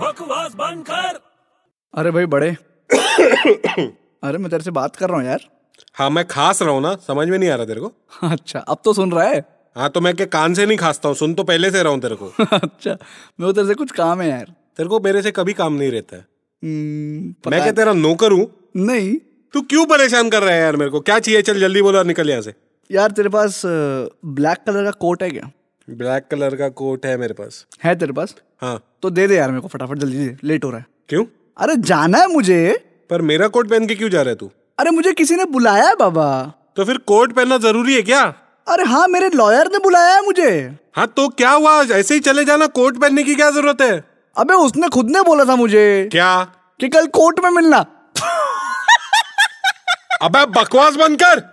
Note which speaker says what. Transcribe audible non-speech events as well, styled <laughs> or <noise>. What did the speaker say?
Speaker 1: बकवास बंद कर
Speaker 2: अरे भाई बड़े <coughs> अरे मैं तेरे से बात कर रहा हूँ यार <laughs>
Speaker 3: हाँ मैं खास रहा हूँ ना समझ में नहीं आ रहा तेरे को
Speaker 2: अच्छा अब तो सुन रहा है <laughs>
Speaker 3: हाँ तो मैं क्या कान से नहीं खासता हूँ सुन तो पहले से रहा हूँ तेरे को
Speaker 2: अच्छा मेरे को तेरे से कुछ काम है यार
Speaker 3: तेरे को मेरे से कभी काम नहीं रहता है
Speaker 2: हम्म, पता
Speaker 3: मैं क्या
Speaker 2: है-
Speaker 3: तेरा नौकर हूँ
Speaker 2: नहीं
Speaker 3: तू क्यों परेशान कर रहा है यार मेरे को क्या चाहिए चल जल्दी बोलो और निकल यहाँ से
Speaker 2: यार तेरे पास ब्लैक कलर का कोट है क्या
Speaker 3: ब्लैक कलर का कोट है मेरे पास
Speaker 2: है तेरे पास
Speaker 3: हाँ
Speaker 2: तो दे दे यार मेरे को फटाफट जल्दी दे लेट हो रहा है
Speaker 3: क्यों
Speaker 2: अरे जाना है मुझे
Speaker 3: पर मेरा कोट पहन के क्यों जा रहा है तू
Speaker 2: अरे मुझे किसी ने बुलाया है बाबा
Speaker 3: तो फिर कोट पहनना जरूरी है क्या
Speaker 2: अरे हाँ मेरे लॉयर ने बुलाया है मुझे
Speaker 3: हाँ तो क्या हुआ ऐसे ही चले जाना कोट पहनने की क्या जरूरत है
Speaker 2: अबे उसने खुद ने बोला था मुझे
Speaker 3: क्या
Speaker 2: कि कल कोर्ट में मिलना
Speaker 3: अबे बकवास बंद कर